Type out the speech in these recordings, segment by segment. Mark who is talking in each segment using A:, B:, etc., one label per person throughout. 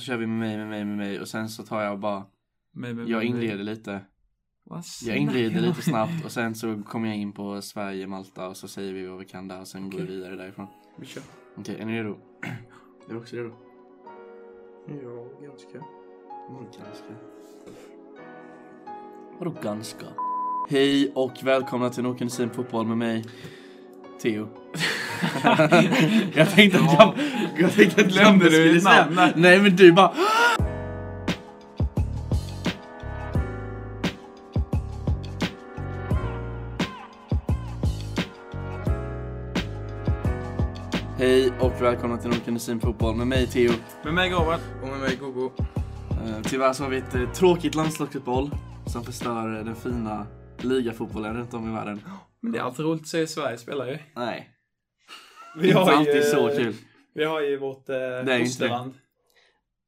A: kör vi med mig, med mig, med mig och sen så tar jag och bara,
B: Men, men,
A: jag
B: men-
A: inleder lite.
B: Vad
A: Jag inleder lite snabbt och sen så kommer jag in på Sverige, Malta och så säger vi vad vi kan där och sen går vi
B: Okej.
A: vidare därifrån.
B: Vi kör.
A: Okej, är ni redo? Är du också redo?
B: Ja, ganska.
A: Mm, ganska. Vadå ganska? Hej och välkomna till Noken Sin Fotboll med mig, Theo. jag tänkte att jag, jag tänkte att
B: Glömde
A: Glömde
B: du
A: skulle
B: ditt
A: säga.
B: namn?
A: Nej men du bara... Hej och välkomna till Noken Sin Fotboll med mig, Theo.
B: Med mig Gabriel.
C: Och med mig Gogo.
A: Eh, Tyvärr så har vi ett eh, tråkigt landslagsuppehåll som förstör eh, den fina ligafotbollen runt om i världen.
B: Men det är alltid roligt att se Sverige spela ju.
A: Nej, det är inte alltid så kul.
B: Vi har ju vårt
A: inte det.
B: eh, fosterland.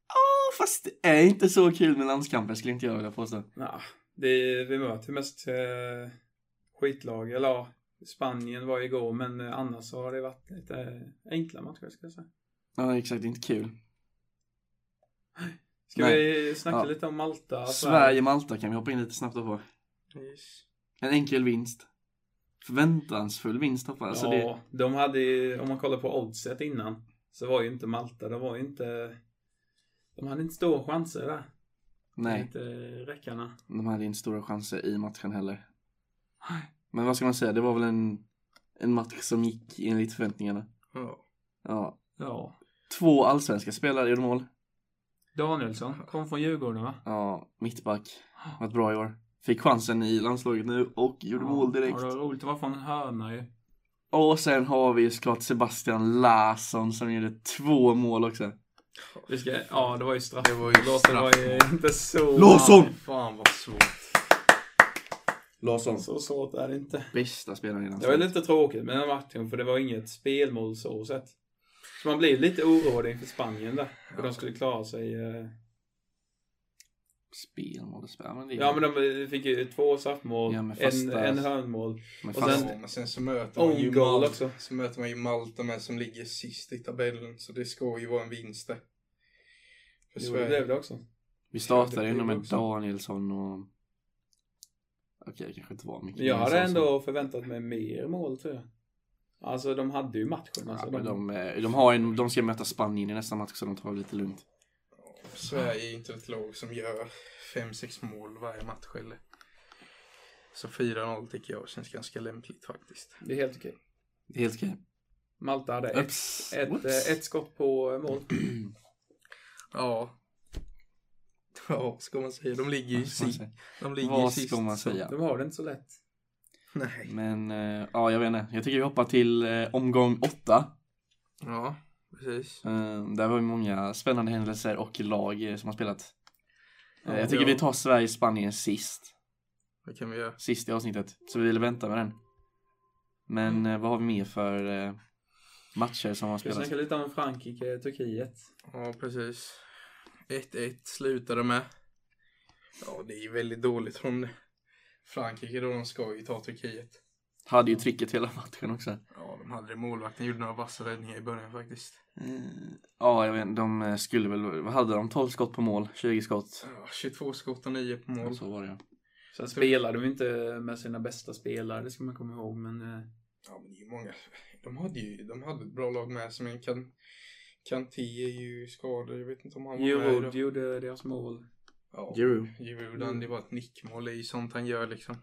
A: Ja, Fast det är inte så kul med landskamper skulle inte jag vilja påstå.
B: Nah, det är, vi möter mest eh, skitlag. Eller ja, Spanien var ju igår, men eh, annars så har det varit lite eh, enkla matcher ska jag säga.
A: Ja exakt, det är inte kul.
B: Ska
A: Nej.
B: vi snacka
A: Ja.
B: lite om Malta?
A: Sverige-Malta kan vi hoppa in lite snabbt på.
C: Yes.
A: En enkel vinst. Förväntansfull vinst hoppas jag. Alltså, det...
B: ja, de hade ju, om man kollar på oddset innan, så var ju inte Malta, de var ju inte... De hade inte stora chanser där.
A: Nej,
B: Inte räckarna.
A: de hade inte stora chanser i matchen heller. Men vad ska man säga, det var väl en, en match som gick enligt förväntningarna.
C: Ja.
A: Ja.
B: Ja.
A: Två allsvenska spelare gjorde mål.
B: Danielsson kom från Djurgården va?
A: Ja, mittback. Varit bra i år. Fick chansen i landslaget nu och gjorde mål direkt.
B: Ja, det var roligt att vara från en hörna ju.
A: Och sen har vi ju såklart Sebastian Larsson som gjorde två mål också.
B: Vi ska, ja, det var ju straff.
C: Det var ju
B: Larsson var ju inte så...
A: Larsson!
C: Fan vad svårt.
A: Larsson.
B: Så svårt är det inte.
A: Bästa spelaren i
B: Det var ju
A: landslaget.
B: lite tråkigt med den matchen för det var inget spelmål så sett. Så man blev lite orolig inför Spanien där. För de skulle klara sig. eh,
A: Spelmål och spel. det är-
B: Ja men de fick ju två straffmål,
A: Ja, men
B: en,
A: fasta-
B: en hörnmål.
A: Men
B: och
A: fast-
B: sen-
C: men sen så möter man ju
B: Own-goal
C: Malta.
B: också.
C: Så möter man ju Malta med som ligger sist i tabellen. Så det ska ju vara en vinst det.
B: Jo, det
C: För Sverige.
B: blev det också.
A: vi startade ju ändå med
C: också.
A: Danielsson och... Okej, det kanske inte var mycket.
B: Jag hade
A: Danielsson som-
B: ändå förväntat mig mer mål tror jag. Alltså de hade ju matchen. Alltså,
A: Ja, men
B: de,
A: de, eh, de, har en, de ska möta Spanien i nästa match så de tar det lite lugnt.
C: Sverige är ju inte ett lag som gör 5-6 mål varje match eller. Så 4-0 tycker jag känns ganska lämpligt faktiskt.
B: Det är helt okej.
A: Det är helt okej.
B: Malta hade ett,
A: Ups.
B: ett,
A: Whoops.
B: eh, ett skott på mål.
C: Ja. Ja, vad ska man säga. De ligger ju
A: Vad ska man
C: sist.
A: säga?
C: De ligger ju
A: Vad
C: sist.
A: ska man
C: så-
A: säga?
B: De har det inte så lätt.
C: Nej.
A: Men eh, ja, jag vet inte. Jag tycker vi hoppar till eh, omgång åtta.
C: Ja, precis.
A: Eh, där var ju många spännande händelser och lag eh, som har spelat. Eh,
B: Ja,
A: jag tycker
C: ja.
A: vi tar Sverige-Spanien sist.
C: Vad kan vi göra?
A: Sist i avsnittet. Så vi ville vänta med den. Men eh, vad har vi mer för eh, matcher som har
B: Ska vi
A: spelats?
B: snacka lite om Frankrike, Turkiet?
C: Ja, precis. 1-1 slutade med. Ja, det är väldigt dåligt från Frankrike då de ska ju ta Turkiet.
A: Hade ju trycket hela matchen också.
C: Ja, de hade det. Målvakten gjorde några vassa räddningar i början faktiskt.
A: Eh, ja, jag vet inte. De eh, skulle väl... Vad hade de? 12 skott på mål? 20 skott?
C: Ja, 22 skott och 9 på
A: Och
C: mål.
A: så var det ja.
B: Sen spelar de ju inte med sina bästa spelare, det ska man komma ihåg. Men eh,
C: Ja, men det är ju många. De hade ju de hade ett bra lag med sig, men kan Kanté är ju skadad. Jag vet inte om han var med
B: Giroud
C: idag.
B: gjorde deras mål.
C: Ja,
A: Giroud.
C: Giroud. han- Det var ett nickmål. Det är ju sånt han gör liksom.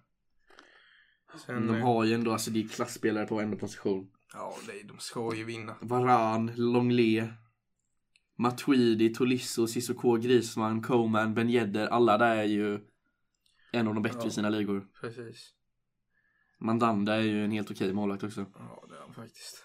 C: Sen,
A: De
C: eh,
A: har ju ändå... Alltså det är klassspelare på varenda position.
C: Ja, nej, de ska ju vinna.
A: Varan, Longley, Matuidi, Tolisso, Sissoko, Griezmann, Coman, Ben Yedder. Alla där är ju en av de bättre i
C: Ja.
A: sina ligor.
C: Precis.
A: Mandanda är ju en helt okej målvakt också.
C: Ja, det är han faktiskt.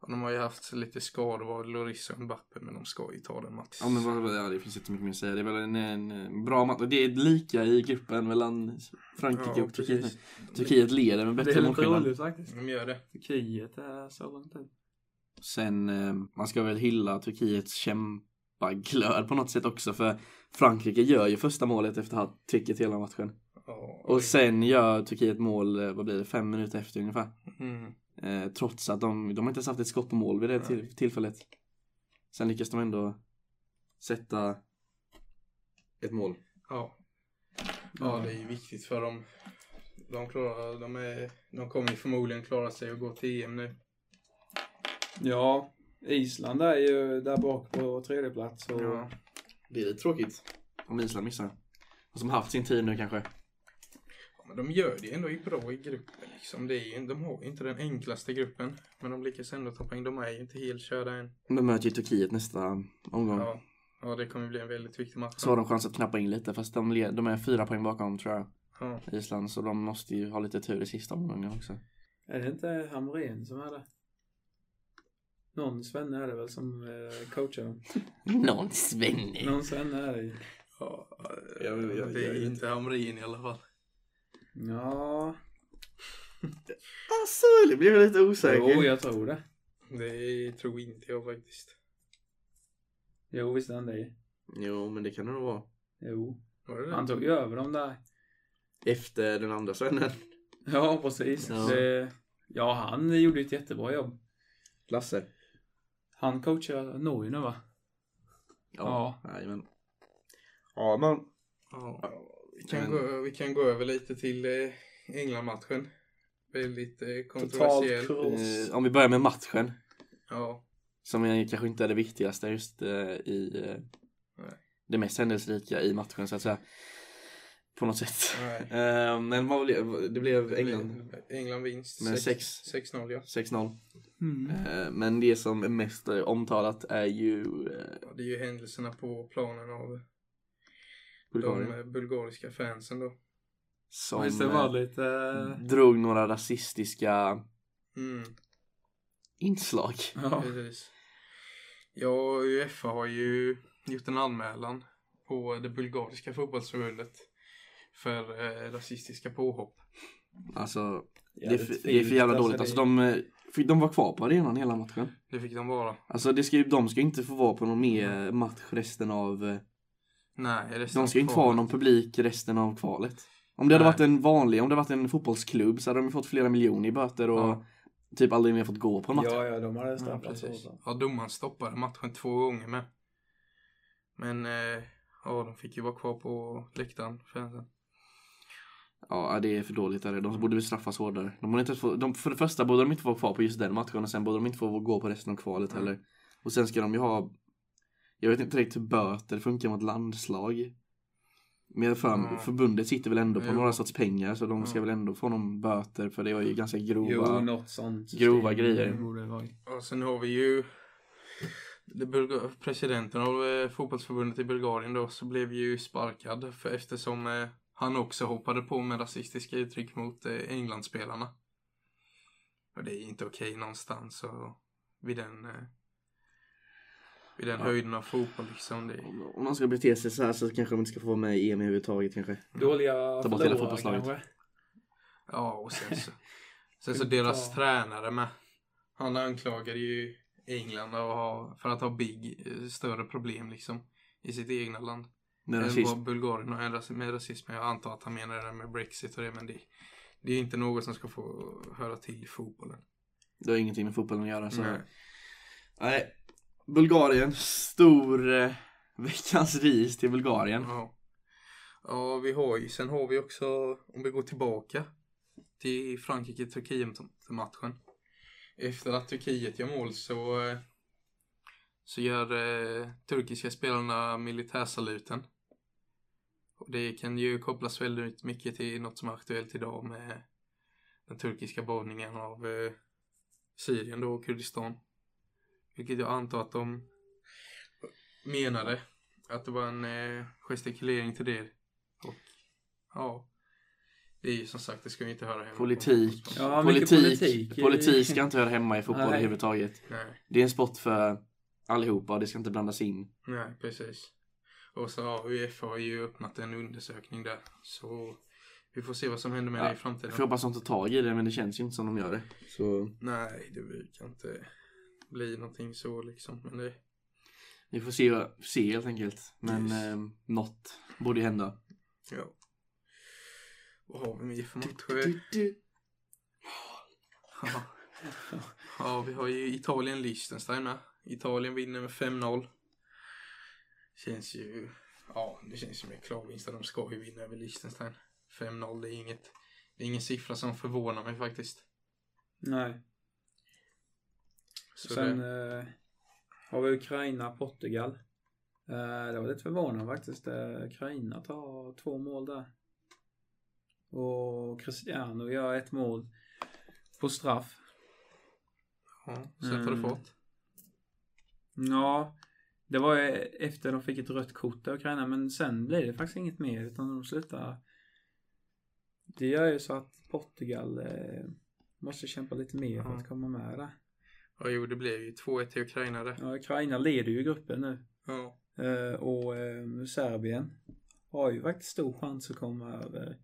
C: Ja, de har ju haft lite skador, var Lloris och Mbappe, men de ska ju ta den matchen.
A: Ja, men vad, vad- ja, det finns inte mycket mer att säga. Det är väl en, en bra match. Det är lika i gruppen mellan Frankrike
C: Ja,
A: och Turkiet.
C: precis.
A: Turkiet leder med
B: Det
A: bättre
B: är lite
A: målskillnad.
B: roligt faktiskt.
C: De gör det.
B: Turkiet är så långt ut.
A: Sen, eh, man ska väl hylla Turkiets kämpaglöd på något sätt också. För Frankrike gör ju första målet efter att ha trycket hela matchen.
C: Ja, oj.
A: Och sen gör Turkiet mål, eh, vad blir det, fem minuter efter ungefär.
C: Mm.
A: Eh, trots att de, de har inte ens haft ett skott på mål vid det till, tillfället. Sen lyckas de ändå sätta ett mål.
C: Ja. Ja,
A: Mm.
C: det är ju viktigt för dem. De, klarar, de, är, de kommer ju förmodligen klara sig och gå till EM nu.
B: Ja, Island är ju där bak på tredje plats och
C: Ja.
A: Det är lite tråkigt om Island missar. Och som haft sin tid nu kanske.
C: Men de gör det ändå bra i gruppen. Liksom. Det är ju, de har ju inte den enklaste gruppen. Men de lyckas ändå ta poäng. De är ju inte helt körda än.
A: De möter ju Turkiet nästa omgång.
C: Ja. ja, det kommer bli en väldigt viktig match.
A: Så har de chans att knappa in lite fast de, le- de är fyra poäng bakom tror jag.
C: Ja.
A: Island så de måste ju ha lite tur i sista omgången också.
B: är det inte Hamrén som är det? Någon svenne är det väl som eh, coachar dem?
A: Någon svängning.
B: Någon svenne är det ju.
C: Ja, eh,
A: Jag- jag-
C: det är
A: jag-
C: inte Hamrin i alla fall.
B: Ja,
A: Alltså det blev jag lite osäker.
B: jo jag tror det.
C: Det tror inte jag faktiskt.
B: Jo visst är han det.
A: Jo men det kan det nog vara.
B: Jo.
C: Var det det?
B: Han tog ju över dem där.
A: Efter den andra svennen.
B: Ja precis.
A: Ja.
B: Det, ja han gjorde ju ett jättebra jobb.
A: Lasse.
B: Han coachar Norge nu va? Ja.
A: Jajamän. Ja men.
C: Ja. Vi, kan
A: Men-
C: gå, vi kan gå över lite till eh, England-matchen. Väldigt eh,
B: Totalt
C: kontroversiell.
B: kross.
A: Eh, om vi börjar med matchen.
C: Ja,
A: Som är, kanske inte är det viktigaste just eh, i eh,
C: Nej.
A: det mest händelserika i matchen så att säga. På något sätt.
C: nej.
A: Eh, men vad blev, det blev England
C: England vinst.
A: med
C: Sex-
A: 6
C: 6-0 ja.
A: 6-0.
B: Mm.
A: Eh, Men det som är mest eh, omtalat är ju eh,
C: ja. Det är ju händelserna på planen av
A: Bulgarien.
C: de eh, bulgariska fansen då.
A: Som
B: Visst det
A: eh,
B: var lite...
A: drog några rasistiska
C: Mm,
A: inslag.
B: Ja.
C: precis. Ja, Uefa har ju gjort en anmälan på det bulgariska fotbollsförbundet för eh, rasistiska påhopp.
A: Alltså det är,
B: Jävligt
A: för,
B: fint,
A: det är för jävla dåligt. Alltså,
B: det-
A: de, eh, fick de var kvar på arenan hela matchen.
C: Det fick de vara.
A: Alltså det ska ju, de ska ju inte få vara på någon mer eh, match resten av eh,
C: Nej, resten
A: De ska ju
C: av
A: inte få ha
C: kvalet.
A: någon publik resten av kvalet. Om det hade
C: Nej.
A: varit en vanlig, om det hade varit en fotbollsklubb så hade de ju fått flera miljoner i böter och
C: Ja.
A: typ aldrig mer fått gå på en match.
B: Ja, ja, de hade
C: Ja,
B: straffat
C: precis.
B: så.
C: Ja, domaren stoppade matchen två gånger med. Men eh, ja, de fick ju vara kvar på läktaren. fansen.
A: Ja, det är för dåligt. där. De borde bestraffas hårdare. De borde inte få, de, för det första borde de inte få vara kvar på just den matchen och sen borde de inte få gå på resten av kvalet
C: Mm.
A: heller. Och sen ska de ju ha, jag vet inte riktigt hur böter funkar mot landslag. Men jag för,
C: Mm.
A: förbundet sitter väl ändå på
C: Jo.
A: några sorts pengar så de ska
C: Mm.
A: väl ändå få någon böter för det var ju ganska grova.
B: Jo, något sånt. system.
A: grova grejer.
B: Det borde vara.
C: Och sen har vi ju det Bulga- presidenten av eh, fotbollsförbundet i Bulgarien då så blev ju sparkad för eftersom eh, han också hoppade på med rasistiska uttryck mot eh, Englandsspelarna. Och det är inte okej någonstans och vid den eh, vid den
A: Ja.
C: höjden av fotboll liksom. Det,
A: Om, om man ska bete sig så här så kanske de inte ska få vara med i EM överhuvudtaget kanske.
B: Dåliga
A: Ta bort hela
B: förlorare
A: fotbollslaget.
B: kanske.
C: Ja, och sen så, sen så
B: Ska vi
C: deras
B: ta-
C: tränare med. Han anklagade ju England att ha, för att ha big, eh, större problem liksom i sitt egna land.
A: Med
C: än
A: rasism.
C: eh, vad Bulgarien och ras- med rasism. Jag antar att han menar det där med Brexit och det, men det, det är inte något som ska få höra till i fotbollen.
A: Det har ingenting med fotbollen att göra. Så.
C: Nej.
A: Nej. Bulgarien, stor eh, veckans ris till Bulgarien.
C: Ja. ja, vi har ju, sen har vi också, om vi går tillbaka till Frankrike-Turkiet-matchen. Efter att Turkiet gör mål så, eh, så gör eh, turkiska spelarna militärsaluten. Och det kan ju kopplas väldigt mycket till något som är aktuellt idag med den turkiska bombningen av eh, Syrien då och Kurdistan. Vilket jag antar att de menade att det var en eh, gestikulering till det. Och ja, det är ju som sagt, det ska ju inte höra hemma. på-
A: Politik.
B: Ja, mycket
A: politik,
B: politik i-
A: politik ska inte höra hemma i fotboll
B: Nej.
A: överhuvudtaget.
C: Nej,
A: Det är en sport för allihopa och det ska inte blandas in.
C: nej, precis. Och så ja, Uefa har ju öppnat en undersökning där. Så vi får se vad som händer med
A: Ja,
C: det i framtiden.
A: Jag får hoppas de tar tag i det men det känns ju inte som de gör det. Så
C: Nej, det brukar inte bli någonting så liksom. Men det,
A: vi får se, se helt enkelt. Men
C: Yes.
A: eh, något borde ju hända.
C: ja. Vad har vi mer för matcher? Ja. ja, vi har ju Italien-Liechtenstein med. Italien vinner med 5-0. Känns ju... Ja, det känns ju med klarvinst. De ska ju vinna över Liechtenstein. 5-0, det är inget... Det är ingen siffra som förvånar mig faktiskt.
B: Nej.
C: Så
B: Sen
C: det,
B: eh, har vi Ukraina, Portugal. Eh, det var lite förvånande faktiskt. Eh, Ukraina tar två mål där. Och Cristiano gör ett mål på straff.
C: ja, sen tar det
B: Mm.
C: fart.
B: Ja, det var ju efter de fick ett rött kort där Ukraina, men sen blev det faktiskt inget mer utan de slutar. Det gör ju så att Portugal eh, måste kämpa lite mer för
C: Ja.
B: att komma med där.
C: Ja, jo, det blev ju 2-1 till Ukraina där.
B: Ja, Ukraina leder ju gruppen nu.
C: Ja.
B: Eh, och eh, Serbien har ju faktiskt stor chans att komma över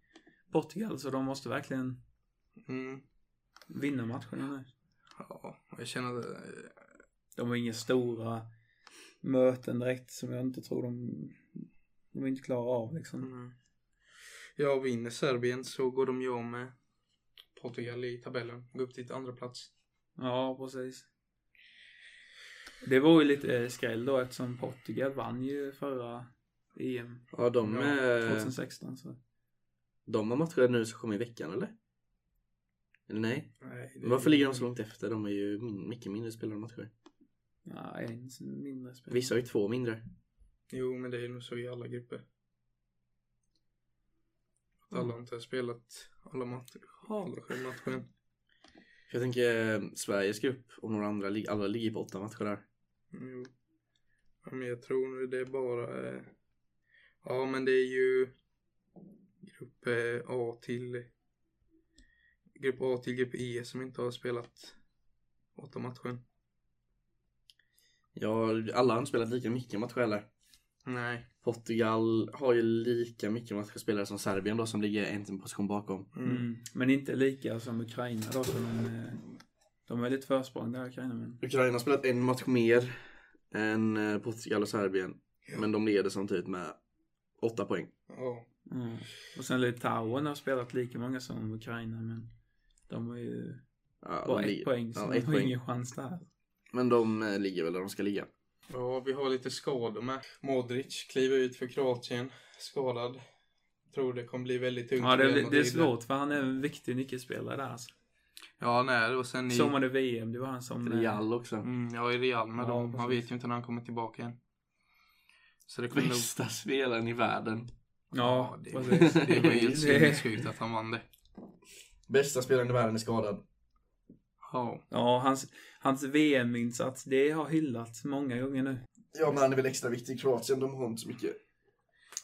B: Portugal så de måste verkligen
C: Mm.
B: vinna matcherna nu.
C: Ja, jag känner att... eh,
B: De har inga stora möten direkt som jag inte tror de, de inte klarar av liksom.
C: Mm. Ja, vinner Serbien så går de ju om med Portugal i tabellen. Går upp till andra plats.
B: Ja, precis. Det var ju lite eh, skräll då eftersom Portugal vann ju förra E EM
A: Ja, de,
C: Ja,
A: eh,
B: 2016 så.
A: de har matcher nu som kommer i veckan eller? Eller nej?
C: Nej, det-
A: Varför ligger de så långt efter? De är ju min, mycket mindre spelade matcher.
B: Ja, en mindre spel.
A: Vissa har ju två mindre.
C: Jo, men det är nog så i alla grupper. Att
B: Mm.
C: alla inte har spelat alla matcher. Alla sju matcher än.
A: För jag tänker eh, Sveriges grupp och några andra, lig- alla ligger på åtta matcher där.
C: Mm, Jo. Ja, men jag tror nu det är bara... eh, Ja, men det är ju grupp eh, A till... Grupp A till grupp E som inte har spelat åtta matcher.
A: Ja, alla har inte spelat lika mycket matcher heller.
C: Nej.
A: Portugal har ju lika mycket matcher spelare som Serbien då som ligger en position bakom.
C: Mm.
B: Mm. Men inte lika som Ukraina då som eh, de är lite försprång där Ukraina men.
A: Ukraina har spelat en match mer än eh, Portugal och Serbien. Men de leder samtidigt med åtta poäng.
C: Ja.
B: Mm. Och sen Litauen har spelat lika många som Ukraina men de har ju
A: Ja,
B: bara
A: de
B: ett
A: ligger-
B: poäng så
A: ja,
B: de
A: ett
B: har
A: poäng.
B: ingen chans där.
A: Men de eh, ligger väl där de ska ligga.
C: ja, vi har lite skador med. Modric kliver ut för Kroatien. Skadad. Tror det kommer bli väldigt tungt.
B: Ja det,
C: för
B: är-
C: Real
B: det är
C: Madrid.
B: svårt för han är en viktig nyckelspelare där alltså.
C: Ja, nej, och sen i...
B: Som var det VM, det var han som... eh,
A: Real också.
C: Mm, ja, i Real med
B: Ja,
C: dem. Man
B: precis.
C: vet ju inte när han kommer tillbaka än. Så det kommer nog...
A: Bästa spelaren i världen.
B: Ja,
C: det,
B: precis.
C: det var helt
B: Det-
C: sinnessjukt att han vann det.
A: Bästa spelaren i världen är skadad.
C: Ja,
B: Ja, hans, hans VM-insats, det har hyllats många gånger nu.
A: Ja, men han är väl extra viktig i Kroatien. De har inte så mycket.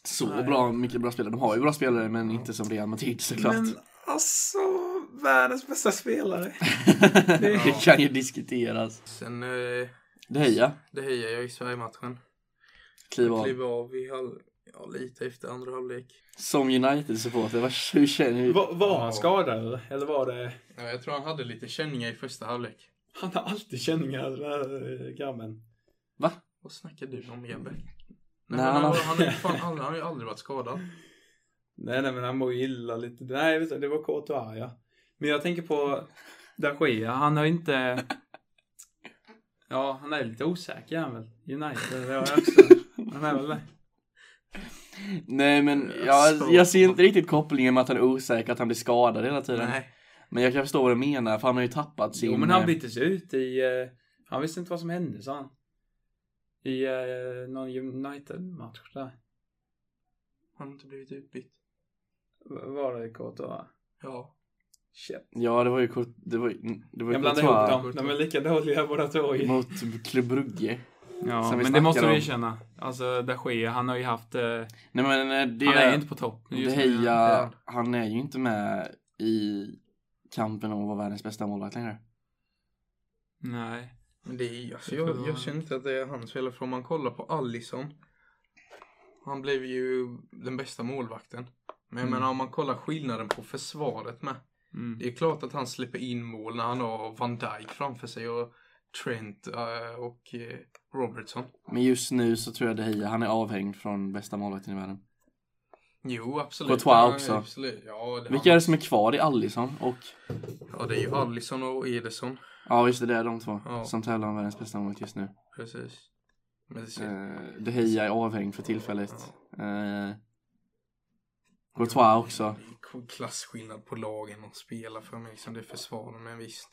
A: Så
B: Nej.
A: bra, mycket bra spelare. De har ju bra spelare, men inte som Real Madrid såklart.
B: Men alltså, världens bästa spelare.
A: det kan ju diskuteras.
C: sen eh,
A: Det höja.
C: det hejar jag i Sverige-matchen.
A: Kliv av.
C: Kliver av i halv... Ja, lite efter andra halvlek.
A: Som United-supporter, vad- hur känner du?
B: Var, var han skadad eller? eller var det...
C: Ja, jag tror han hade lite känningar i första halvlek.
B: Han har alltid känningar den här eh, grabben.
A: Va?
C: Vad snackar du om, Jebbe?
A: Nej,
C: Nej,
A: han
C: han, han,
A: har-
C: han, är ju fan, aldrig- han har ju aldrig varit skadad.
B: Nej, nej, men han mår ju illa lite. Nej, vet du, det var Courtois, ja. Men jag tänker på de Gea. Han har ju inte... Ja, han är lite osäker han väl. United, det har jag också. Han är väl det.
A: Nej men
C: Alltså.
A: jag, jag ser inte riktigt kopplingen med att han är osäker, att han blir skadad hela tiden.
C: Nej.
A: Men jag kan förstå vad du menar, för han har ju tappat sin...
B: Jo, men han
A: eh,
B: byttes ut i... eh, Han visste inte vad som hände, sa han. I eh, någon United-match där.
C: Han har inte blivit utbytt.
B: V- Var det Courtois?
C: Ja.
B: Shit.
A: Ja, det var ju kort... Det var, ju- det var ju
B: Jag blandar
A: Courtois
B: ihop dem. De är lika dåliga båda två. i-
A: Mot Club Brugge.
B: Ja,
A: Som vi
B: men det måste
A: snackade
B: vi
A: om.
B: erkänna. Alltså, de Gea, han har ju haft... Eh,
A: Nej men eh, det...
B: han är ju inte på topp. nu
A: De
B: just nu.
A: Heja,
C: Ja.
A: han är ju inte med i kampen om att vara världens bästa målvakt längre.
B: Nej.
C: Men det är, alltså,
B: Det får
C: jag,
B: vara-
C: jag känner inte att det är hans fel. För om man kollar på Alisson. Han blev ju den bästa målvakten. Men jag
B: Mm.
C: menar om man kollar skillnaden på försvaret med.
B: Mm.
C: Det är klart att han släpper in mål när han har Van Dijk framför sig och Trent eh, och eh, Robertson.
A: Men just nu så tror jag De Heja, han är avhängd från bästa målvakten i världen.
C: Jo, absolut.
A: Courtois
C: Ja,
A: också.
C: Absolut. Ja, det,
A: Vilka är det som är kvar? Det är Alisson och...
C: ja, det är ju Alisson och Ederson.
A: Ja just det, det är de två
C: Ja.
A: som tävlar om världens bästa målvakt just nu.
C: Precis. Men det
A: Eh, De Gea är avhängd för tillfället. Eh, Courtois också.
C: är klassskillnad på lagen och spela för mig som det försvarar men visst.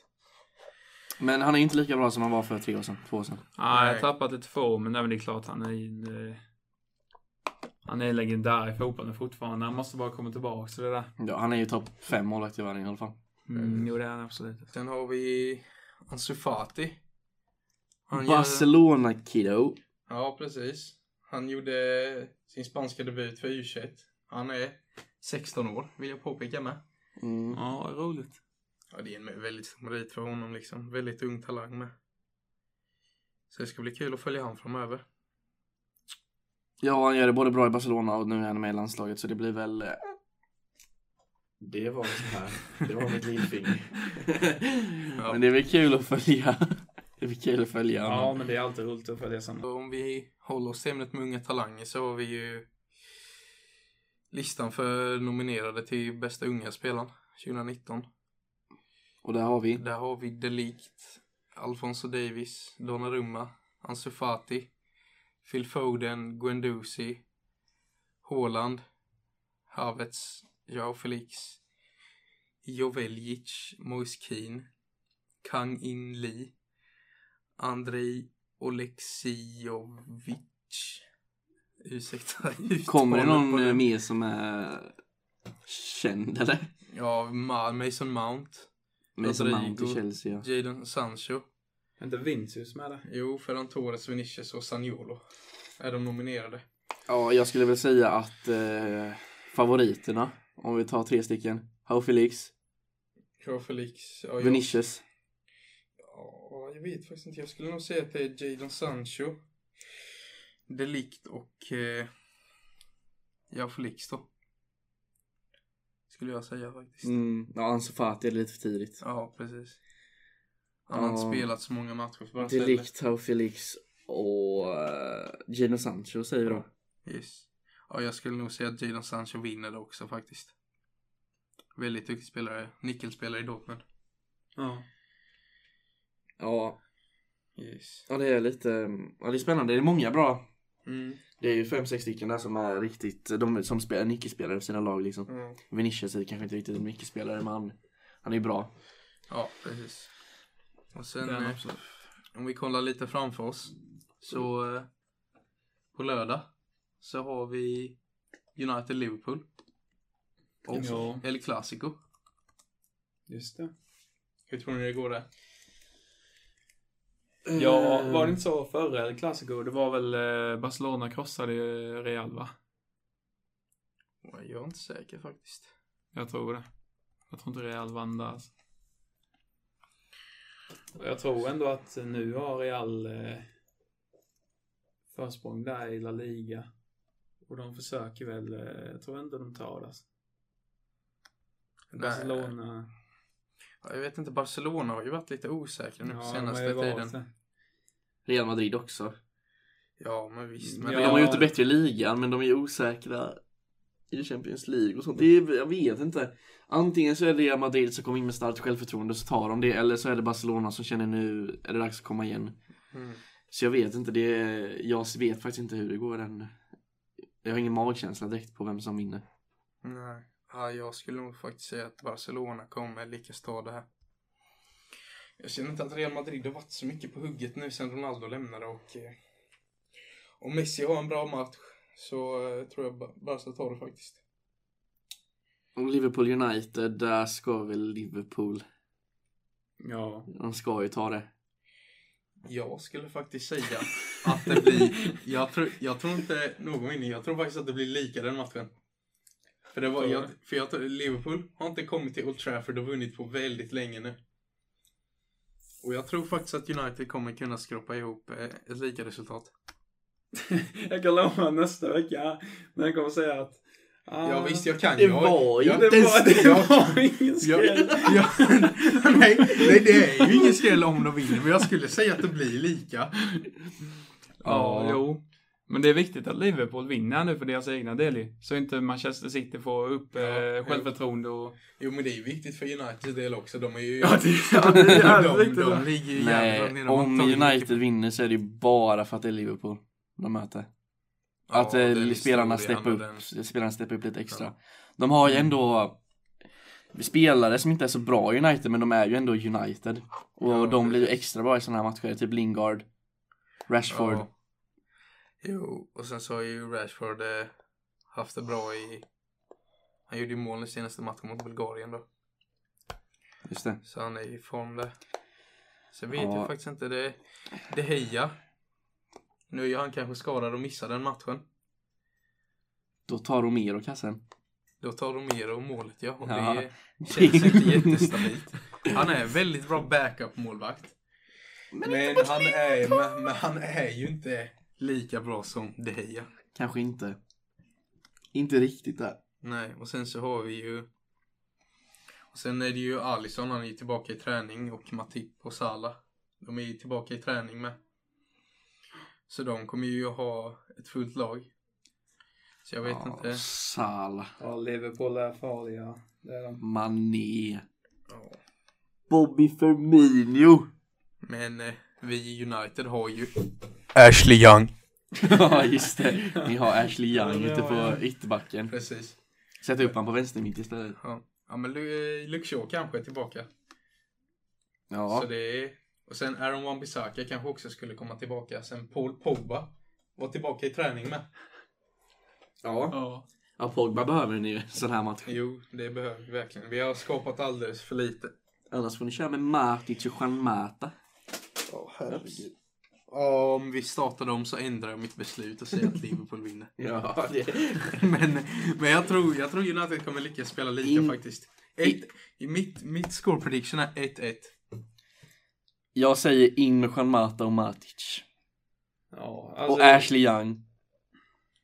A: Men han är inte lika bra som han var för tre år sedan, två år sedan.
B: Ja, jag
C: Nej.
B: har tappat lite form, men det är väl det är klart han är ju en, eh, Han är en legendär i fotbollen fortfarande. Han måste bara komma tillbaka till det där.
A: Ja, han är ju topp fem målvakt i världen i alla fall.
B: Mm, jo, det är han absolut.
C: Sen har vi Ansu Fati. Han gör-
A: Barcelona kiddo.
C: Ja, precis. Han gjorde sin spanska debut för U21. Han är 16 år, vill jag påpeka med.
A: Mm.
B: Ja, roligt.
C: Ja, det är en väldigt stor merit för honom liksom. Väldigt ung talang med. Så det ska bli kul att följa honom framöver.
A: Ja, han gör det både bra i Barcelona och nu är han med i landslaget så det blir väl... eh,
D: Det var så här. Det var mitt lillfinger.
A: Men det är väl kul att följa. Det blir kul att följa
B: Ja,
A: honom.
B: men det är alltid roligt att följa samma.
C: Och om vi håller oss till ämnet med unga talanger så har vi ju listan för nominerade till bästa unga spelaren 2019.
A: Och där har vi.
C: Där har vi Delict, Alfonso Davis, Donnarumma, Ansu Fati, Phil Foden, Guendouzi, Haaland, Havertz, Joao Felix, Joveljic, Moise Keane, Kang In Lee, Andrei Oleksijovic. Ursäkta uttalet
A: Kommer det
C: på
A: någon
C: det.
A: eh, mer som är känd eller?
C: Ja, Ma- Mason Mount,
A: Mason Mount i
C: Rodrigo.
A: Chelsea ja.
C: Jadon Sancho.
B: Är inte Vincius med där?
C: Jo, Ferran Torres, Vinicius och Saniolo är de nominerade.
A: Ja, jag skulle väl säga att eh, favoriterna, om vi tar tre stycken. Hau Felix,
C: Joao Felix. Ja, jag,
A: Vinicius.
C: ja, jag vet faktiskt inte. Jag skulle nog säga att det är Jadon Sancho, Delict och eh, Joao Felix då. Skulle jag säga faktiskt.
A: Mm, ja, Ansu Fati är lite för tidigt.
C: Ja, precis. Han har
A: Ja.
C: inte spelat så många matcher för Barcelona.
A: Delikt, Hau Felix och eh, Gino Sancho säger vi då.
C: Yes. Ja, jag skulle nog säga att Jadon Sancho vinner det också faktiskt. Väldigt duktig spelare. Nyckelspelare i Dortmund.
B: Ja.
A: Ja,
C: Yes.
A: ja, det är lite, ja, det är spännande. Det är många bra.
C: Mm.
A: Det är ju fem, sex stycken där som är riktigt, de som spelar nyckelspelare för sina lag liksom.
C: Ja.
A: Vinicius är kanske inte riktigt en nyckelspelare men han, han är ju bra.
C: Ja, precis. Och sen
B: Den,
C: eh,
B: absolut.
C: om vi kollar lite framför oss. Så eh, på lördag så har vi United-Liverpool. Och
B: Ja.
C: El Clasico.
B: Just det.
C: Hur tror ni det går där?
A: Eh.
B: Ja, var det inte så förra El Clasico? Det var väl eh, Barcelona krossade eh, Real, va?
C: Jag är inte säker faktiskt.
B: Jag tror det. Jag tror inte Real vann där. Alltså. Och Jag tror ändå att nu har Real eh, försprång där i La Liga. Och de försöker väl, eh, jag tror ändå de tar det. Alltså. Barcelona.
C: Ja, jag vet inte, Barcelona har ju varit lite osäkra nu på
B: de har
C: senaste
B: ju varit
C: tiden.
B: det.
A: Real Madrid också.
C: Ja, men visst. Men
A: Men
B: Ja.
A: de har gjort det bättre i ligan, men de är osäkra i Champions League och sånt. Det är, jag vet inte. Antingen så är det Real Madrid som kommer in med starkt självförtroende så tar de det, eller så är det Barcelona som känner nu är det dags att komma igen.
C: Mm.
A: Så jag vet inte, det är, jag vet faktiskt inte hur det går i den. Jag har ingen magkänsla direkt på vem som vinner.
C: Nej, ja, jag skulle nog faktiskt säga att Barcelona kommer lika stad det här. Jag känner inte att Real Madrid har varit så mycket på hugget nu sedan Ronaldo lämnade och eh, om Messi har en bra match så eh, tror jag Ba- Barca tar det faktiskt.
A: Och Liverpool United, där ska väl Liverpool,
B: Ja.
A: de ska ju ta det.
C: Jag skulle faktiskt säga att det blir, jag tror, jag tror inte någon vinner, jag tror faktiskt att det blir lika den matchen. För, det var, jag, för jag, tror- Liverpool har inte kommit till Old Trafford och vunnit på väldigt länge nu. Och jag tror faktiskt att United kommer kunna skrapa ihop eh, ett lika resultat.
B: jag kan lova nästa vecka när jag kommer säga att ah,
C: Ja visst, jag kan
A: Det
C: ju.
A: var ju
C: jag,
A: inte
B: det var, det
A: ens-
B: var ingen
C: jag,
B: skräll.
C: jag, nej, nej, det är ju ingen skräll om de vinner, men jag skulle säga att det blir lika.
B: Ja, jo. Men det är viktigt att Liverpool vinner nu för deras egna del ju. Så inte Manchester City får upp
C: Ja,
B: eh,
C: jo.
B: självförtroende och...
C: Jo men det är viktigt för Uniteds del också. De är ju...
B: ja, det är jävligt
C: de,
B: viktigt.
C: de, ligger ju jävligt långt ner.
A: Nej,
C: De har
A: om
C: tagit mycket-
A: United vinner så är det ju bara för att det är Liverpool de möter.
C: Ja, liksom
A: Att
C: den
A: eh, spelarna,
C: historien
A: steppar
C: och
A: upp,
C: den-
A: spelarna steppar upp lite extra. De har
C: Mm.
A: ju ändå spelare som inte är så bra i United, men de är ju ändå United. Och
C: Ja,
A: de blir ju
C: precis.
A: extra bra i sådana här matcher, typ Lingard, Rashford.
C: Ja. Jo, och sen så har ju Rashford eh, haft det bra i... Han gjorde ju mål i senaste matchen mot Bulgarien då.
A: Just det.
C: Så han är i form där. Sen vet
A: Ja.
C: jag faktiskt inte. Det, det heja. Nu är han kanske skadad och missar den matchen.
A: Då tar Romero kassen.
C: Då tar Romero målet ja. Och
A: Ja.
C: det känns inte jättestabilt. Han är en väldigt bra backup-målvakt. Men, han, är, men, men han är ju inte lika bra som De Gea.
A: Kanske inte. Inte riktigt där.
C: Nej, och sen så har vi ju... Och sen är det ju Alisson, han är ju tillbaka i träning och Matip och Salah. De är ju tillbaka i träning med. Så de kommer ju att ha ett fullt lag. Så jag vet
A: Ja,
C: inte.
A: Salah,
B: Ja, Liverpool är farliga. Det är de.
A: Mané,
C: Ja.
A: Bobby Firmino.
C: Men eh, vi i United har ju... Ashley Young.
A: ja, just det. Ni har Ashley
B: Ja,
A: Young
B: det
A: ute
B: har
A: på
B: jag.
A: ytterbacken.
C: Precis.
A: Sätt upp honom på vänstermitt istället.
C: Ja, ja men Lu- eh, Luke Shaw kanske är tillbaka. Så
A: Ja,
C: det är... Och sen Aaron Wan-Bissaka kanske också skulle komma tillbaka. Sen Paul Pogba var tillbaka i träning med.
A: ja.
B: Ja.
A: ja Pogba behöver ni ju en sån här match.
C: Jo, det behöver vi verkligen. Vi har skapat alldeles för lite.
A: Annars får ni köra med Matic och Juan Mata.
C: Oh, Ja, om vi startar dem så ändrar jag mitt beslut och säger att Liverpool vinner.
A: Ja, det...
C: Men, men jag, tror, jag tror United kommer lyckas spela lika
A: In-
C: faktiskt. Ett, i mitt, mitt score prediction är 1-1.
A: Jag säger in med Juan Mata och Matic.
B: ja
A: Och
B: alltså,
A: Ashley Young.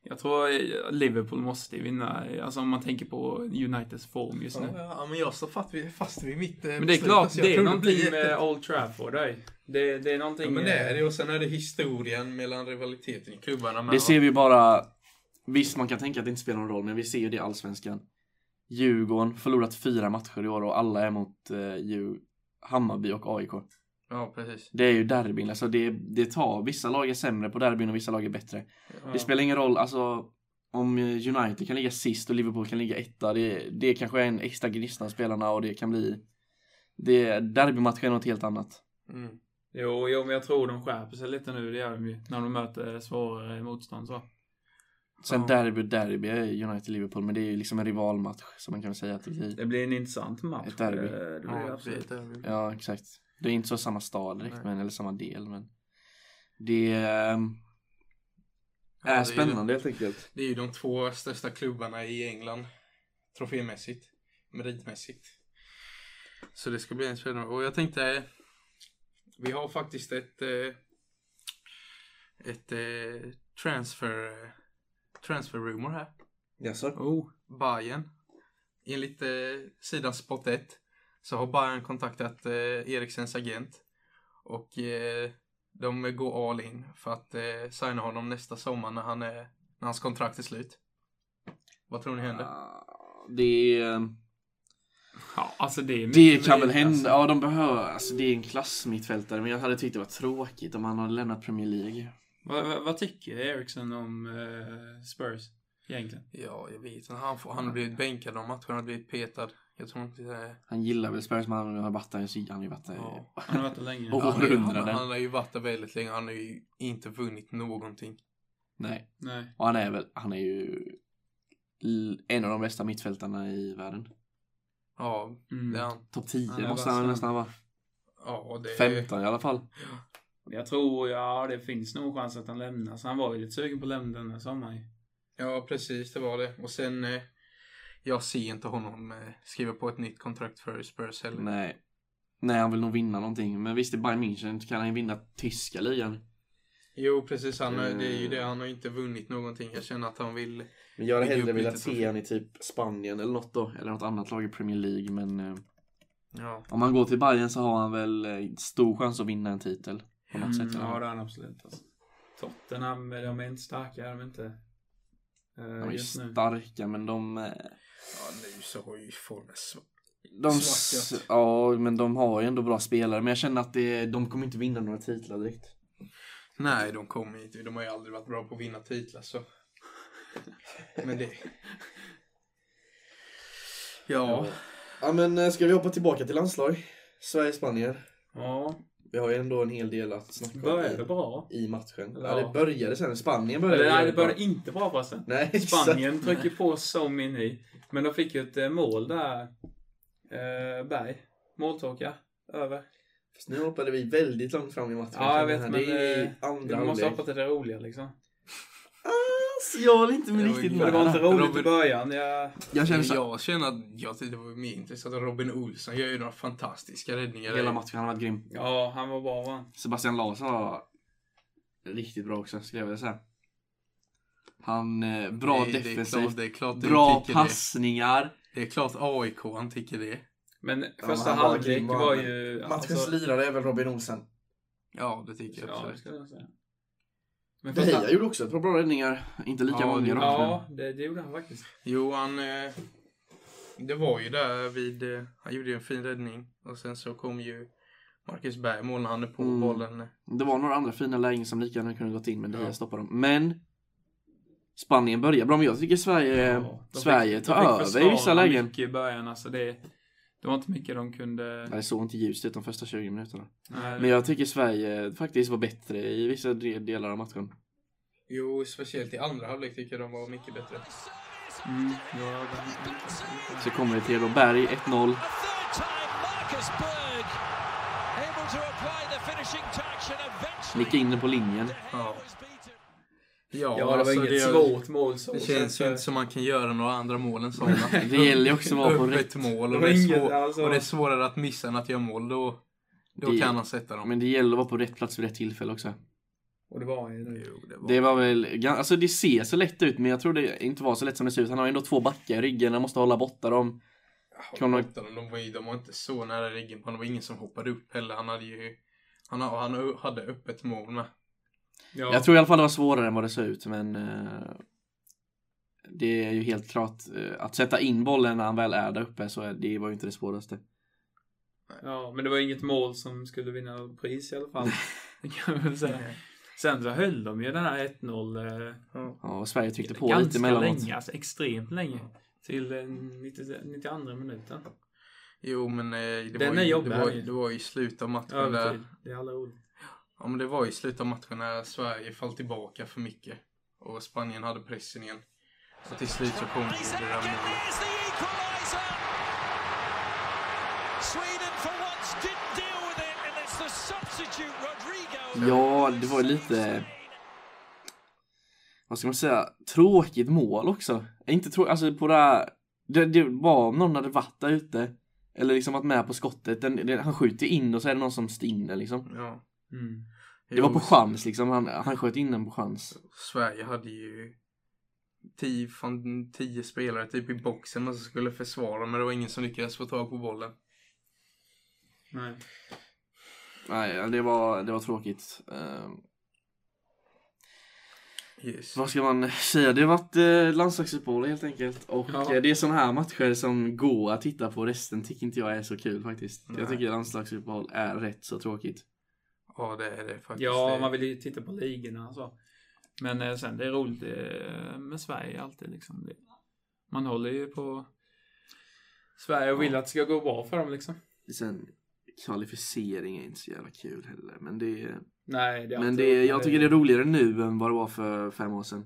B: Jag tror eh, Liverpool måste vinna. Alltså om man tänker på Uniteds form just nu.
C: Ja, men jag står fast vid, fast vid mitt eh,
B: Men det är
C: beslut,
B: klart,
C: alltså. Jag
B: det är
C: tror blir
B: någonting
C: 1-1.
B: med Old Trafford där. Det, det är någonting...
C: Ja, men det är det. Och sen är det historien mellan rivaliteten i klubbarna med.
A: Det ser vi ju bara... Visst, man kan tänka att det inte spelar någon roll, men vi ser ju det i Allsvenskan. Djurgården förlorat fyra matcher i år och alla är mot eh, Djur- Hammarby och AIK.
C: Ja, precis.
A: Det är ju derbyn, alltså det, det tar, vissa lag är sämre på derbyn och vissa lag är bättre.
B: Ja.
A: Det spelar ingen roll, alltså om eh, United kan ligga sist och Liverpool kan ligga etta, det, det kanske är en extra gnista av spelarna och det kan bli... Det, derbymatcher är något helt annat.
C: Mm.
B: Jo, jo, men jag tror de skärper sig lite nu. Det gör de ju. När de möter svårare motstånd så.
A: Sen
C: Ja.
A: derby och derby är United-Liverpool, men det är ju liksom en rivalmatch som man kan väl säga att det blir.
B: Det blir en intressant match.
A: Ett derby.
B: Eh, Det blir
C: Ja,
B: absolut.
C: det är vi.
A: Ja, exakt. Det är inte så samma stad direkt,
C: Nej.
A: men, eller samma del, men det ehm,
C: Ja, det
A: är
C: ju-
A: spännande helt enkelt.
C: Det är ju de två största klubbarna i England. Trofémässigt. Meritmässigt. Så det ska bli en spännande. Och jag tänkte. Vi har faktiskt ett. eh, Ett eh, transfer. eh, Transfer rumor här.
A: Jaså?
B: Oh,
C: Bayern. Enligt eh, sidan Spot 1. Så har Bayern kontaktat eh, Eriksens agent. Och eh, de går all in för att eh, signa honom nästa sommar när, han är, när hans kontrakt är slut. Vad tror ni händer?
A: Ah, Det är...
B: ja, alltså det är
A: Det
B: mycket
A: kan
B: möjligt,
A: väl hända.
B: alltså.
A: Ja, de behöver... Alltså, det är en klassmittfältare, men jag hade tyckt det var tråkigt om han hade lämnat Premier League.
B: Vad, vad, vad tycker Eriksson om eh, Spurs egentligen?
C: Ja, jag vet inte. Han, får, han har blivit bänkad de matcherna, han har blivit petad. Jag tror inte det.
A: Han gillar väl Spurs, men han har varit där så han har ju varit där.
C: Ja.
B: Han har varit där länge.
A: Och-
C: Han, han,
A: Århundraden.
C: han har ju varit där väldigt länge, han har ju inte vunnit någonting.
A: Nej.
B: Nej.
A: Och han är väl... Han är ju l- en av de bästa mittfältarna i världen.
C: Ja,
B: Mm.
C: det är han.
A: Topp 10
B: Han är
A: måste
B: vass,
A: han
B: han.
A: nästan vara.
C: Ja, det är...
A: 15 i alla fall.
B: Jag tror, ja, det finns nog chans att han lämnas. Han var ju lite sugen på att lämna den här sommaren ju.
C: Ja, precis, det var det. Och sen, eh, jag ser inte honom eh, skriva på ett nytt kontrakt för Spurs heller.
A: Nej. Nej, han vill nog vinna någonting. Men visst, i Bayern München kan han ju vinna tyska ligan.
C: Jo, precis, han, har- det är ju
A: Eh.
C: det. Han har inte vunnit någonting. Jag känner att han vill...
A: Men jag hade
C: Bygga
A: hellre
C: upp
A: velat
C: lite
A: se
C: profil.
A: honom i typ Spanien eller något då. Eller något annat lag i Premier League, men... eh,
C: Ja,
A: Om han går till Bayern så har han väl eh, stor chans att vinna en titel. På något sätt.
B: Mm, ja,
A: eller?
B: det har han absolut. Alltså. Tottenham, eh, de är inte starka, de är inte. eh,
A: De är ju
B: just nu.
A: starka men de... eh,
C: Ja, nu så har ju formen svart.
A: de s-
C: Svackat.
A: ja, men de har ju ändå bra spelare. Men jag känner att det, de kommer inte vinna några titlar direkt.
C: Nej, de kommer inte. De har ju aldrig varit bra på att vinna titlar så. Men det... Ja.
A: Ja men eh, ska vi hoppa tillbaka till landslag? Sverige-Spanien.
B: Ja,
A: Vi har ju ändå en hel del att snacka om.
B: började bra.
A: i matchen. Ja.
B: Ja.
A: det började sen. Spanien började.
B: Eller, nej, det
A: jävligt
B: började
A: bra.
B: inte bra förresten.
A: Nej, exakt.
B: Spanien trycker på som in i. Men de fick ju ett eh, mål där. Eh, Berg. Måltorka. Över.
A: Fast nu hoppade vi väldigt långt fram i matchen.
B: Ja, jag vet,
A: Det
B: men...
A: är
B: eh,
A: i andra
B: Vi måste
A: halvlek.
B: hoppa till det roliga liksom.
A: Alltså, jag håller inte med
C: Det var
A: riktigt
C: ju-
B: För det
A: med.
B: var inte
A: där.
B: roligt i
C: Robert-
B: början. Jag...
A: Jag känner så
C: Jag känner att jag tyckte det var mer intressant att Robin Olsson gör ju några fantastiska räddningar.
A: Hela matchen, han har varit grym.
B: Ja, han var bra va?
A: Sebastian Larsson var riktigt bra också, skulle jag vilja säga. Han, eh, bra
C: det, det är klart,
A: defensivt,
C: det är klart
A: bra
C: du tycker
A: passningar.
C: det. Det är klart AIK han tycker det.
B: Men första
A: han var
B: halvlek
A: grym, va?
B: var ju... alltså-
A: Matchens lirare är väl Robin Olsen.
C: Ja, det tycker jag
B: Ja, det
C: absolut.
B: skulle jag säga. Men
A: De Gea
B: första...
A: gjorde också ett par bra räddningar. Inte lika
C: Ja,
A: många då.
B: Ja, det, det gjorde han faktiskt.
C: Jo, han... eh, Det var ju där vid... eh, Han gjorde ju en fin räddning. Och sen så kom ju Marcus Bergmål när han är på
A: Mm.
C: bollen.
A: Det var några andra fina lägen som lika gärna kunde gått in men det
C: Ja.
A: stoppade dem. Men Spanien börjar bra men jag tycker Sverige,
B: Ja, de fick-
A: Eh, Sverige
B: de
A: tar
B: fick
A: över i vissa
B: försvara
A: lägen.
B: mycket i början. Alltså det, det var inte mycket de kunde...
A: Nej, det såg inte ljust ut de första 20 minuterna.
B: Nej.
A: Men jag tycker Sverige faktiskt var bättre i vissa de- delar av matchen.
C: Jo, speciellt i andra halvlek tycker jag de var mycket bättre.
B: Mm, ja,
A: Så kommer vi till då Berg 1-0.
E: A third time, Marcus Berg able to apply the finishing touch and eventually
A: Nickar in den på linjen.
C: Ja,
E: was beaten.
C: ja,
B: alltså, det var inget svårt mål så.
C: alltså,
B: eh,
C: Det känns ju inte som man kan göra några andra mål än sådana.
A: Det gäller ju också att vara på
C: Öppet
A: rätt.
C: mål
B: Det
C: och
B: var
C: det, är
B: inget,
C: svår,
B: alltså.
C: och det är svårare att missa än att göra mål. Då, då
A: Det-
C: kan han sätta dem.
A: Men det gäller att vara på rätt plats vid rätt tillfälle också.
B: Och det var ju det.
C: Jo, det var...
A: Det var väl, gan- alltså det ser så lätt ut men jag tror det inte var så lätt som det ser ut. Han har ändå två backar i ryggen, han måste hålla borta dem.
C: Kan de... De, var ju, de var inte så nära ryggen på honom. Det var ingen som hoppade upp heller. Han hade ju... Han, ha- han hade öppet mål med.
B: Ja.
A: Jag tror i alla fall det var svårare än vad det såg ut men eh, Det är ju helt klart eh, att sätta in bollen när han väl är där uppe så är, det var ju inte det svåraste.
B: ja, men det var inget mål som skulle vinna pris i alla fall. Det kan man väl säga. Sen så höll de ju den här 1-0 eh,
A: Ja, och Sverige tryckte på lite
B: ganska
A: emellanåt.
B: länge, alltså extremt länge. Till eh, 90, 92 minuten.
C: Jo, men eh, det,
B: Den
C: var
B: är
C: ju,
B: jobbig,
C: det, var,
B: ju. typ.
C: ju- det var ju i slutet av matchen. Där,
B: Övertid. Det är alla roligt.
C: ja, men det var ju i slutet av matchen när Sverige fall tillbaka för mycket. Och Spanien hade pressen igen. Och till slut så kom ju det där målet.
E: There's the equaliser. Sweden for once did deal with it, and it's the substitute Rodrigo.
A: Ja, det var ju lite, vad ska man säga, tråkigt mål också. Inte trå- alltså på det här, det, det var om någon hade varit där ute. Eller liksom varit med på skottet. Den, den, han skjuter in och så är det någon som stinner liksom.
C: Ja.
B: Mm.
A: Det var
C: Jo,
A: på chans liksom, han, han sköt in den på chans.
C: Sverige hade ju tio, fan, tio spelare typ i boxen man skulle försvara men det var ingen som lyckades få tag på bollen.
B: Nej.
A: Nej, ja, det var, det var tråkigt. Ehm,
C: Yes.
A: Vad ska man säga? Det har varit eh, landslagsuppehåll helt enkelt. Och
B: Ja.
A: eh, det är sådana här matcher som går att titta på. Resten tycker inte jag är så kul faktiskt.
C: Nej.
A: Jag tycker landslagsuppehåll är rätt så tråkigt.
C: Ja det är det faktiskt.
B: Ja,
C: det.
B: man vill ju titta på ligorna och så. Men eh, sen, det är roligt eh, med Sverige alltid liksom. Det, man håller ju på Sverige och vill att det ska gå bra för dem liksom.
A: Sen kvalificering är inte så jävla kul heller. Men, det,
B: Nej, det är
A: men
B: alltid
A: det,
B: roligt.
A: jag tycker det är roligare nu än vad det var för fem år sedan.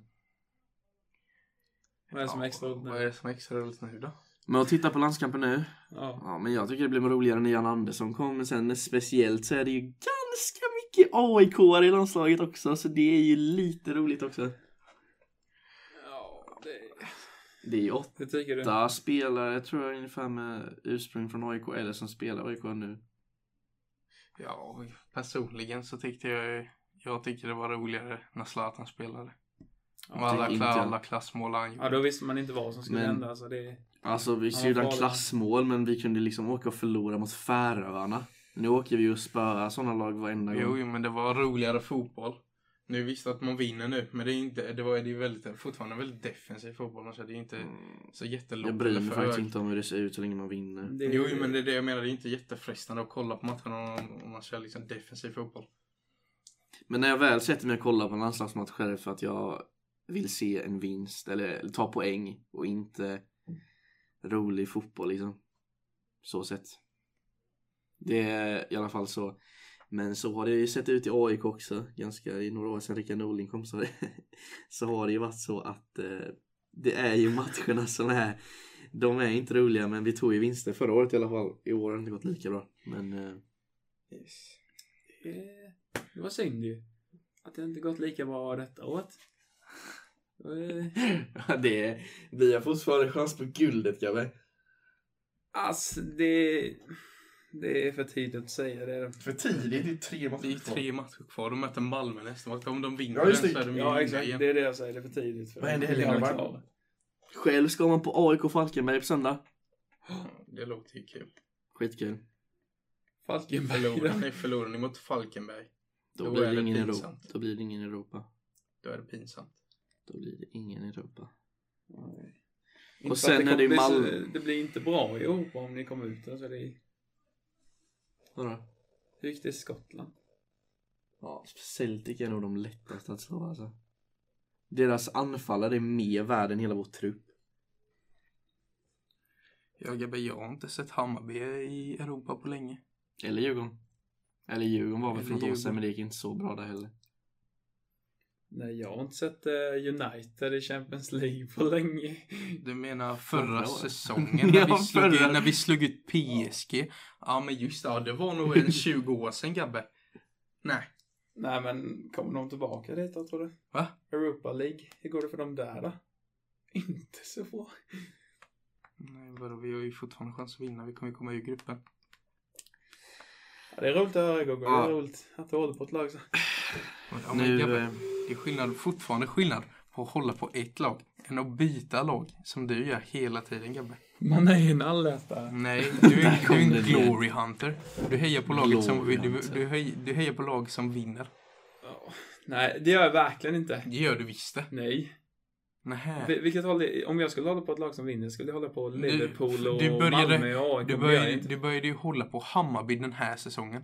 B: Vad är det som är extra roligt
C: Vad är
B: nu?
C: det som är extra roligt nu då?
A: Men att titta på landskampen nu.
B: Ja.
A: Ja, men jag tycker det blir roligare när Jan Andersson kommer sen. Speciellt så är det ju ganska mycket AIK i landslaget också. Så det är ju lite roligt också.
B: ja det,
A: Det är ju åtta.
B: det tycker du?
A: åtta spelare tror jag ungefär med ursprung från AIK eller som spelar AIK nu.
C: Ja, personligen så tyckte jag jag tyckte det var roligare när Zlatan spelade. Och alla,
A: tycker inte
C: kla,
A: jag.
C: alla klassmål han
B: Ja,
C: gjorde.
B: då visste man inte vad som skulle
A: Men-
B: hända. Alltså, det,
A: Alltså vi
B: Ja,
A: ser ju
B: farligt.
A: klassmål men vi kunde liksom åka och förlora mot Färöarna. Nu åker vi ju och spöar sådana lag varenda gång.
C: Jo, jo, men det var roligare fotboll. Nu visst att man vinner nu, men det är, inte, det var, det är väldigt, fortfarande väldigt defensiv fotboll. Så det är inte så jättelångt.
A: Jag Mm. bryr
C: eller
A: mig
C: för
A: faktiskt
C: högt.
A: inte om hur det ser ut så länge man vinner.
B: Det,
C: Jo, jo, men det är det jag menar. Det är inte jättefrestande att kolla på matcherna om, om man kör liksom defensiv fotboll.
A: Men när jag väl sätter mig och kollar på landslagsmatcher är det för att jag vill se en vinst eller, eller ta poäng och inte rolig fotboll liksom. Så sett. Det är i alla fall så. Men så har det ju sett ut i AIK också. Ganska i några år sedan Rickard Norling kom så, så har det ju varit så att eh, det är ju matcherna som är de är inte roliga men vi tog ju vinster förra året i alla fall. I år har det inte gått lika bra. Men eh,
B: Yes. Eh, Det var synd ju. Att det inte gått lika bra detta året. Eh,
A: Ja, det är, vi har fortfarande chans på guldet grabbar.
B: Ass, Alltså, det... Det är för tidigt att säga det.
D: För tidigt, det är typ tre matcher
C: Det är
D: kvar.
C: tre matcher kvar. De möter Malmö nästa match. Om de vinner
D: Ja, just
C: den
D: det.
C: så är de
B: Ja,
C: ju
B: exakt.
C: igen.
B: Det är det jag säger. Det är för tidigt. För
D: Vad händer i helgen,
B: Alla
D: grabbar?
B: klara.
A: Själv ska man på AIK Falkenberg på söndag.
C: Ja, Det låter ju kul.
A: Skitkul.
C: Förlorar
B: Falkenberg.
C: ni, förlorar ni mot Falkenberg,
A: Då,
C: Då
A: blir
C: är
A: det
C: det
A: ingen Europa.
C: pinsamt.
A: Då blir det ingen Europa.
C: då är det pinsamt.
A: Då blir det ingen Europa.
B: Inte
A: Och
B: för att
A: sen är det ju
B: kommer bli så-
A: Malmö.
B: Det blir inte bra i Europa om ni kommer ut. Alltså det är...
A: Vadå?
B: Hur gick det i Skottland?
A: Ja, Celtic är nog de lättaste att slå alltså. Deras anfallare är mer värd än hela vår trupp.
C: Jag, Gabbe, jag har inte sett Hammarby i Europa på länge.
A: Eller Djurgården. Eller Djurgården var väl för
C: Eller
A: något år sedan
C: Djurgården.
A: men det gick inte så bra där heller.
B: Nej, jag har inte sett eh, United i Champions League på länge.
C: Du menar
A: Förra
C: förra
A: året.
C: säsongen när,
A: Ja,
C: vi slog,
A: förra.
C: när vi slog ut PSG? Ja men just det, ja, det var nog en 20 år sedan Gabbe. Nej,
B: Nej, men kommer de tillbaka dit då, tror du?
C: Va?
B: Europa League. Hur går det för dem där då? Inte så bra.
C: Nej vadå, vi har ju fortfarande chans att vinna, vi kommer ju komma ur gruppen.
B: Ja, det är roligt att höra Gogo. Det
A: Ja.
B: är roligt att du håller på ett lag så.
C: Ja, men
A: Nu,
C: Gabbe,
A: eh,
C: det är skillnad, fortfarande skillnad på att hålla på ett lag än att byta lag som du gör hela tiden Gabbe.
B: Man är en allätare.
C: Nej, du
A: Där
C: är,
A: kom
C: du är en
A: den igen.
C: glory hunter. Du hejar på laget som,
A: Glory
C: du,
A: hunter.
C: du, hej, du hejar på lag som vinner.
B: Nej, det gör jag verkligen inte.
C: Det gör du visst det.
B: Nej.
C: Nähä.
B: Vi- Vilket håll det, om jag skulle hålla på ett lag som vinner skulle jag hålla på
C: Du-
B: Liverpool och
C: du började-
B: Malmö och AIK.
C: Du
B: men det gör jag
C: började,
B: inte.
C: du började ju hålla på Hammarby den här säsongen.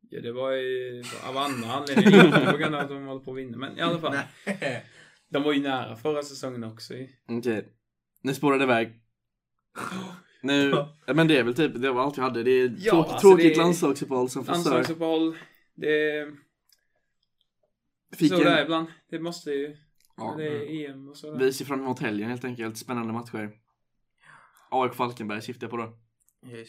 B: Ja, det var ju av andra anledningar. Inte på grund av att de håller på att vinna. Men i alla fall. De var ju nära förra säsongen också ju.
A: Okej. Nu spårar det iväg. Nu, ja, men det är väl typ, det var allt jag hade. Det är
B: Ja,
A: tråkigt,
B: alltså
A: tråkigt
B: det är-
A: landslagsuppehåll som förstör.
B: Landslagsuppehåll. Det är
A: Fick
B: sådär
A: en,
B: ibland. Det måste ju.
A: ja,
B: det är EM och sådär.
A: vi ser fram emot helgen helt enkelt. Spännande matcher. AIK Falkenberg syftar jag på då.
C: Yes.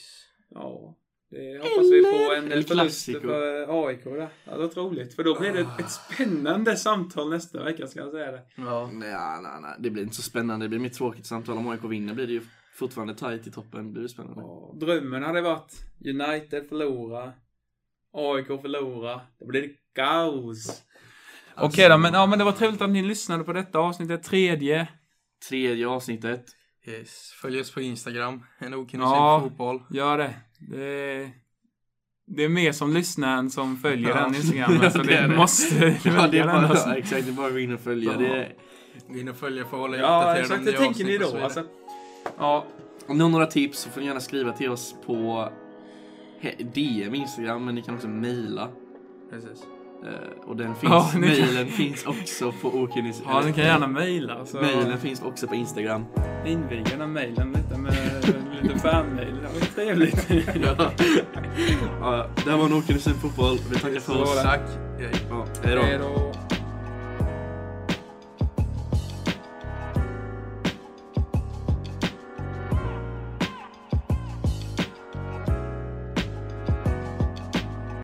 B: Ja. Det hoppas vi på en
A: El
B: förlust
A: Clasico.
B: för AIK där. Det hade varit roligt. För då blir det ett,
A: Ah.
B: ett spännande samtal nästa vecka ska jag säga det.
C: Ja.
A: Nej, nej, nej. Det blir inte så spännande. Det blir mitt tråkigt samtal. Om AIK vinner blir det ju fortfarande tight i toppen. Det blir spännande.
B: Ja, Drömmen hade varit United förlora. AIK förlora. Det blir kaos.
A: Alltså.
B: Okej då, men, ja, men det var trevligt att ni lyssnade på detta avsnittet, tredje.
A: Tredje avsnittet.
C: Yes. Följ oss på Instagram. En okunnig
B: Ja.
C: ja. fotboll.
B: Gör det. Det är, det är mer som lyssnar än som följer
A: Ja.
B: den Instagrammen, så
A: Det
B: det
A: är det.
B: måste
A: Ja, det är
B: välja den.
A: bara,
B: Alltså.
A: ja, exakt, det är bara att gå in och följa. Det är,
C: Gå in och följa för att hålla er
B: Ja,
C: uppdaterade om
B: exakt. Det
C: nya
B: tänker ni
C: avsnitt och så
B: då
C: vidare.
B: alltså. Ja,
A: Om ni har några tips så får ni gärna skriva till oss på he- DM Instagram men ni kan också mejla.
C: Precis.
A: Eh, och den
B: Ja,
A: finns,
B: ni kan-
A: mejlen finns också på Okunnis...
B: ja ni kan gärna mejla. så
A: Mejlen finns också på Instagram.
B: Inviga den här mejlen lite med lite fanmejl. Det var ju trevligt.
A: Ja, det här var en Okunnis fotboll. Vi tackar för oss.
C: Tack. Hej.
A: Ja, hej då.
B: Hej då.